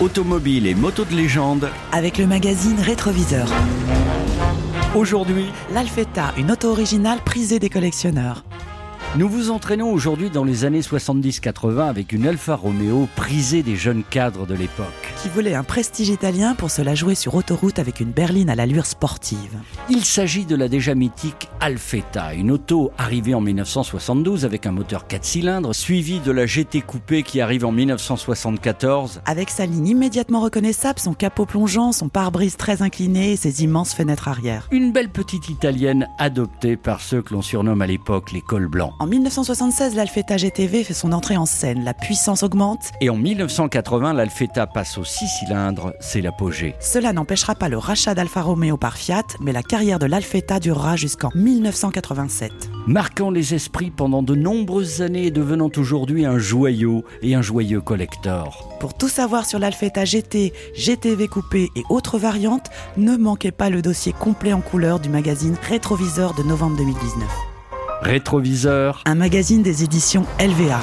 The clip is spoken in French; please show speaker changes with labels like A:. A: automobiles et motos de légende.
B: avec le magazine Rétroviseur.
A: Aujourd'hui,
B: L'Alfetta, une auto originale prisée des collectionneurs.
A: nous vous entraînons aujourd'hui dans les années 70-80 avec une Alfa Romeo prisée des jeunes cadres de l'époque.
B: Qui voulait un prestige italien pour se la jouer sur autoroute avec une berline à l'allure sportive.
A: Il s'agit de la déjà mythique Alfetta, une auto arrivée en 1972 avec un moteur 4 cylindres, suivie de la GT coupée qui arrive en 1974.
B: Avec sa ligne immédiatement reconnaissable, son capot plongeant, son pare-brise très incliné et ses immenses fenêtres arrière.
A: Une belle petite italienne adoptée par ceux que l'on surnomme à l'époque les cols blancs.
B: En 1976, l'Alfetta GTV fait son entrée en scène. La puissance augmente.
A: Et en 1980, l'Alfetta passe aux 6 cylindres, c'est l'apogée.
B: Cela n'empêchera pas le rachat d'Alfa Romeo par Fiat, mais la carrière de l'Alfetta durera jusqu'en 1987.
A: Marquant les esprits pendant de nombreuses années et devenant aujourd'hui un joyau et un joyeux collector.
B: Pour tout savoir sur l'Alfetta GT, GTV coupé et autres variantes, ne manquez pas le dossier complet en couleur du magazine Rétroviseur de novembre 2019.
A: Rétroviseur,
B: Un magazine des éditions LVA.